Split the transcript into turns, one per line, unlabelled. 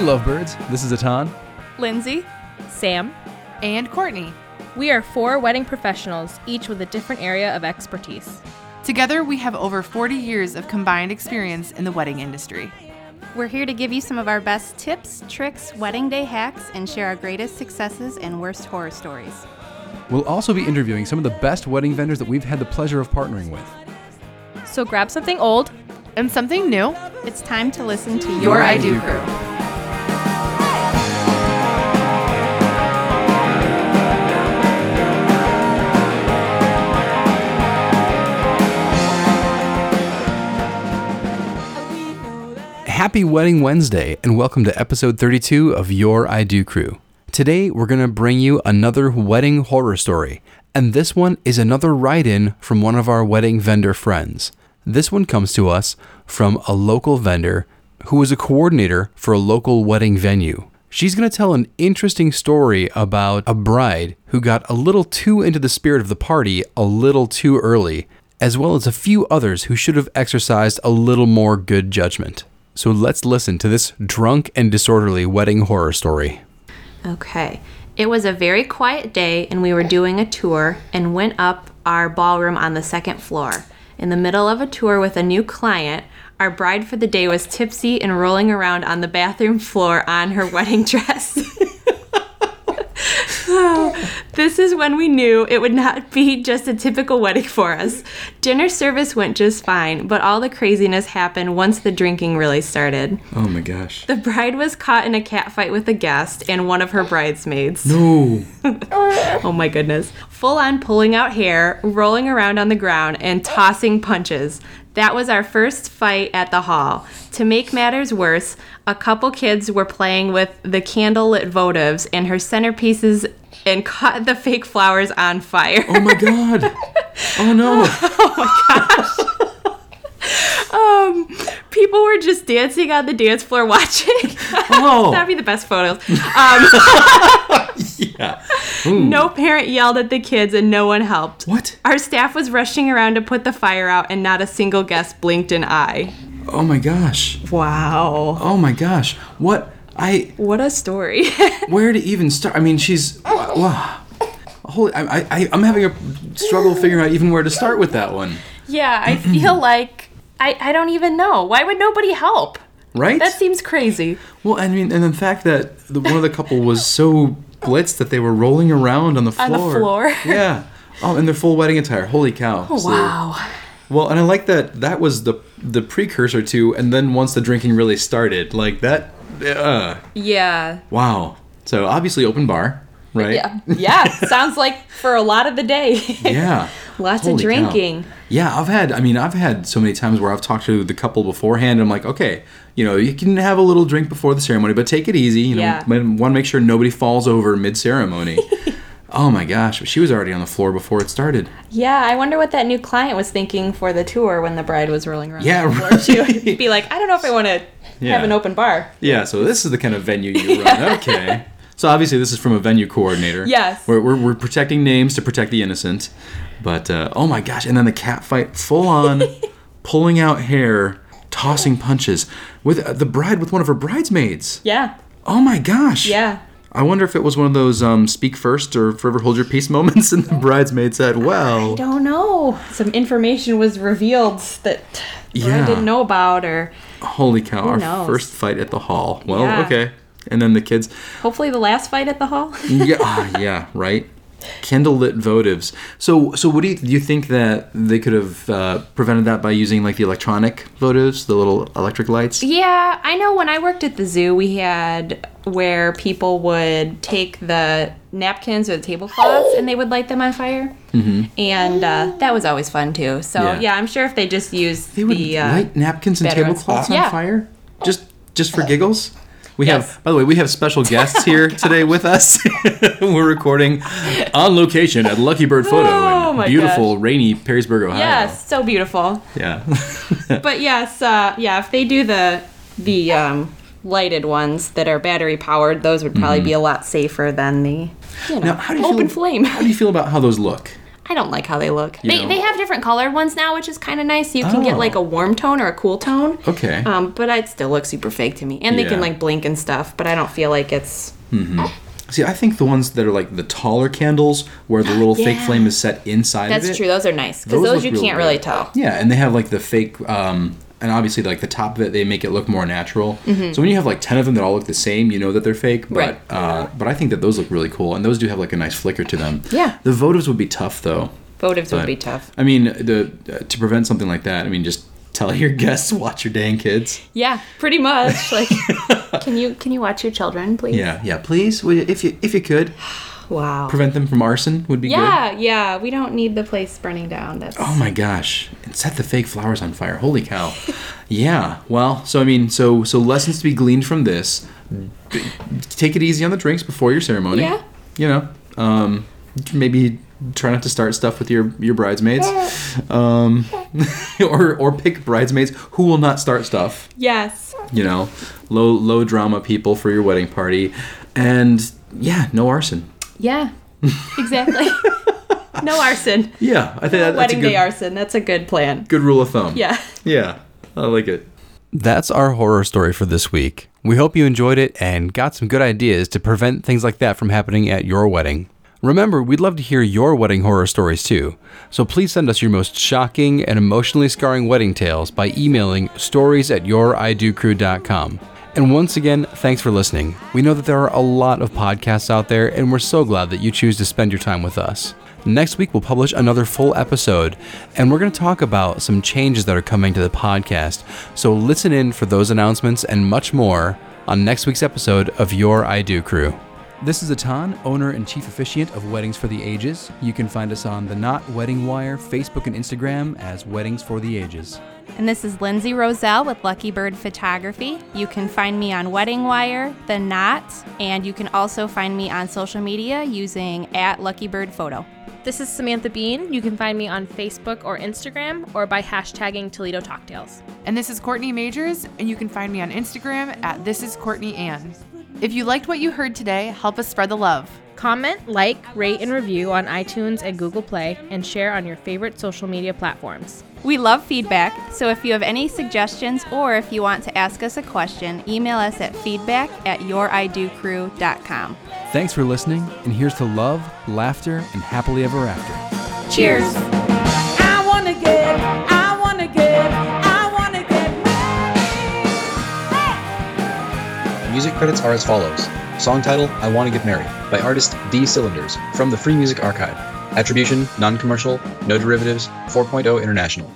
lovebirds. This is Atan.
Lindsay,
Sam,
and Courtney.
we are four wedding professionals, each with a different area of expertise.
Together, we have over 40 years of combined experience in the wedding industry.
we're here to give you some of our best tips, tricks, wedding day hacks, and share our greatest successes and worst horror stories.
We'll also be interviewing some of the best wedding vendors that we've had the pleasure of partnering with.
So grab something old.
And something new
It's time to listen to
Your
your
I Do Crew.
Happy Wedding Wednesday, and welcome to episode 32 of Your I Do Crew. Today, we're going to bring you another wedding horror story, and this one is another write in from one of our wedding vendor friends. This one comes to us from a local vendor who is a coordinator for a local wedding venue. She's going to tell an interesting story about a bride who got a little too into the spirit of the party a little too early, as well as a few others who should have exercised a little more good judgment. So let's listen to this drunk and disorderly wedding horror story.
Okay. It was a very quiet day, and we were doing a tour and went up our ballroom on the second floor. In the middle of a tour with a new client, our bride for the day was tipsy and rolling around on the bathroom floor on her wedding dress. This is when we knew it would not be just a typical wedding for us. Dinner service went just fine, but all the craziness happened once the drinking really started.
Oh my gosh.
The bride was caught in a catfight with a guest and one of her bridesmaids.
No.
Oh my goodness. Full on pulling out hair, rolling around on the ground, and tossing punches. That was our first fight at the hall. To make matters worse, a couple kids were playing with the candlelit votives and her centerpieces and caught the fake flowers on fire.
Oh my god. Oh no.
Um, people were just dancing on the dance floor watching.
Oh.
That'd be the best photos. Um, No parent yelled at the kids and no one helped.
What?
Our staff was rushing around to put the fire out and not a single guest blinked an eye.
Oh my gosh.
Wow.
Oh my gosh. What? I.
What a story.
Where to even start? I mean, she's. Wow. Holy. I, I- I, I'm having a struggle figuring out even where to start with that one.
yeah, I feel like I, I don't even know. Why would nobody help?
Right?
That seems crazy.
well, I mean, and the fact that the, one of the couple was so blitzed that they were rolling around on the floor.
the floor. Oh,
yeah. Oh, in their full wedding attire. Holy cow. So-
Wow.
Well, and I like that that was the the precursor to, and then once the drinking really started, like that. Uh,
Yeah.
wow. So obviously open bar, right?
Yeah. Yeah. Sounds like for a lot of the day.
Yeah.
Lots of
Holy cow.
drinking.
Yeah, I've had. I mean, I've had so many times where I've talked to the couple beforehand. And I'm like, okay, you know, you can have a little drink before the ceremony, but take it easy. You
Yeah.
know, want to make sure nobody falls over mid ceremony. oh my gosh, she was already on the floor before it started.
Yeah, I wonder what that new client was thinking for the tour when the bride was rolling around.
Yeah,
on the floor, too.
right.
Be like, I don't know if I want to
Yeah.
have an open bar.
Yeah, so this is the kind of venue you run. Okay. So obviously, this is from a venue coordinator.
Yes.
We're, we're, we're protecting names to protect the innocent. But uh, oh my gosh. And then the cat fight, full on, pulling out hair, tossing punches with uh, the bride with one of her bridesmaids.
Yeah,
Oh my gosh.
yeah.
I wonder if it was one of those um, speak first or forever hold your peace moments. And the bridesmaid said, well,
Don't know. Oh, Some information was revealed that
Yeah.
I didn't know about, or
holy cow, our
knows?
first fight at the hall. Well,
Yeah.
okay. And then the kids,
hopefully the last fight at the hall.
yeah, ah, yeah, right. Candlelit votives. So, so what do you, do you think that they could have uh, prevented that by using like the electronic votives, the little electric lights?
Yeah, I know when I worked at the zoo, we had where people would take the napkins or the tablecloths and they would light them on fire. Mm-hmm. And uh, that was always fun too. So,
Yeah.
yeah, I'm sure if they just used
They would
the. Uh,
light napkins and
veterans.
tablecloths on
Yeah.
fire just just for giggles. We
Yes.
have, by the way, we have special guests here today with us. We're recording on location at Lucky Bird Photo
Oh
in
my
beautiful rainy Perrysburg, Ohio.
Yes, so beautiful.
Yeah.
But yes, uh, yeah, if they do the the um, lighted ones that are battery powered,
Mm-hmm.
those would probably be a lot safer than the you know
Now, how do you
open
feel-
flame.
how do you feel about how those look?
I don't like how they look.
You
They,
don't?
they have different colored ones now, which is kind of nice. You can
Oh.
get like a warm tone or a cool tone.
Okay.
Um, but it still looks super fake to me. And they can
Yeah.
like blink and stuff, but I don't feel like it's.
See, I think the ones that are like the taller candles, where the little fake
Yeah.
flame is set inside of it.
That's true. Those are nice because those,
look
you
real
can't
good.
really tell.
Yeah, and they have like the fake, um, and obviously like the top of it, they make it look more natural. So when you have like ten of them that all look the same, you know that they're fake. But
Mm-hmm. Right.
uh, but I think that those look really cool, and those do have like a nice flicker to them.
Yeah.
the votives would be tough though.
Votives
But-
would be tough.
I mean, the uh, to prevent something like that, I mean, just tell your guests watch your dang kids.
Yeah, pretty much. Like, can you can you watch your children, please?
Yeah, yeah. Please, would you- if you if you could
Wow.
prevent them from arson would be good.
yeah, yeah. We don't need the place burning down. That's
Oh my gosh! And set the fake flowers on fire. Holy cow! yeah. Well, so I mean, so so lessons to be gleaned from this. B- Take it easy on the drinks before your ceremony.
Yeah.
You know, um, maybe try not to start stuff with your your bridesmaids, um, or or pick bridesmaids who will not start stuff.
yes.
You know, low low drama people for your wedding party, and yeah, no arson.
Yeah. Exactly. no arson.
Yeah, I think that, that's a
Wedding
good,
day arson. That's a good plan.
good rule of thumb.
Yeah.
Yeah, I like it.
That's our horror story for this week. We hope you enjoyed it and got some good ideas to prevent things like that from happening at your wedding. Remember, we'd love to hear your wedding horror stories too. So please send us your most shocking and emotionally scarring wedding tales by emailing stories at youriducrew.com. And once again, thanks for listening. We know that there are a lot of podcasts out there, and we're so glad that you choose to spend your time with us. Next week, we'll publish another full episode, and we're going to talk about some changes that are coming to the podcast. So listen in for those announcements and much more on next week's episode of Your I Do Crew. This is Atan, owner and chief officiant of Weddings for the Ages. You can find us on the Knot Wedding Wire, Facebook, and Instagram as Weddings for the Ages.
And this is Lindsay Roselle with Lucky Bird Photography. You can find me on Wedding Wire, The Knot, and you can also find me on social media using at Lucky Bird Photo.
This is Samantha Bean. You can find me on Facebook or Instagram or by hashtagging Toledo Talktails.
And this is Courtney Majors, and you can find me on Instagram at This is Courtney Ann. If you liked what you heard today, help us spread the love.
Comment, like, rate, and review on iTunes and Google Play, and share on your favorite social media platforms.
We love feedback, so if you have any suggestions or if you want to ask us a question, email us at feedback at youriducrew.com.
Thanks for listening, and here's to love, laughter, and happily ever after.
Cheers.
I wanna get, I wanna get, I wanna get married. Hey!
Music credits are as follows. Song title, I Wanna Get Married, by artist D Cylinders, from the Free Music Archive. Attribution, non commercial, no derivatives, 4.0 international.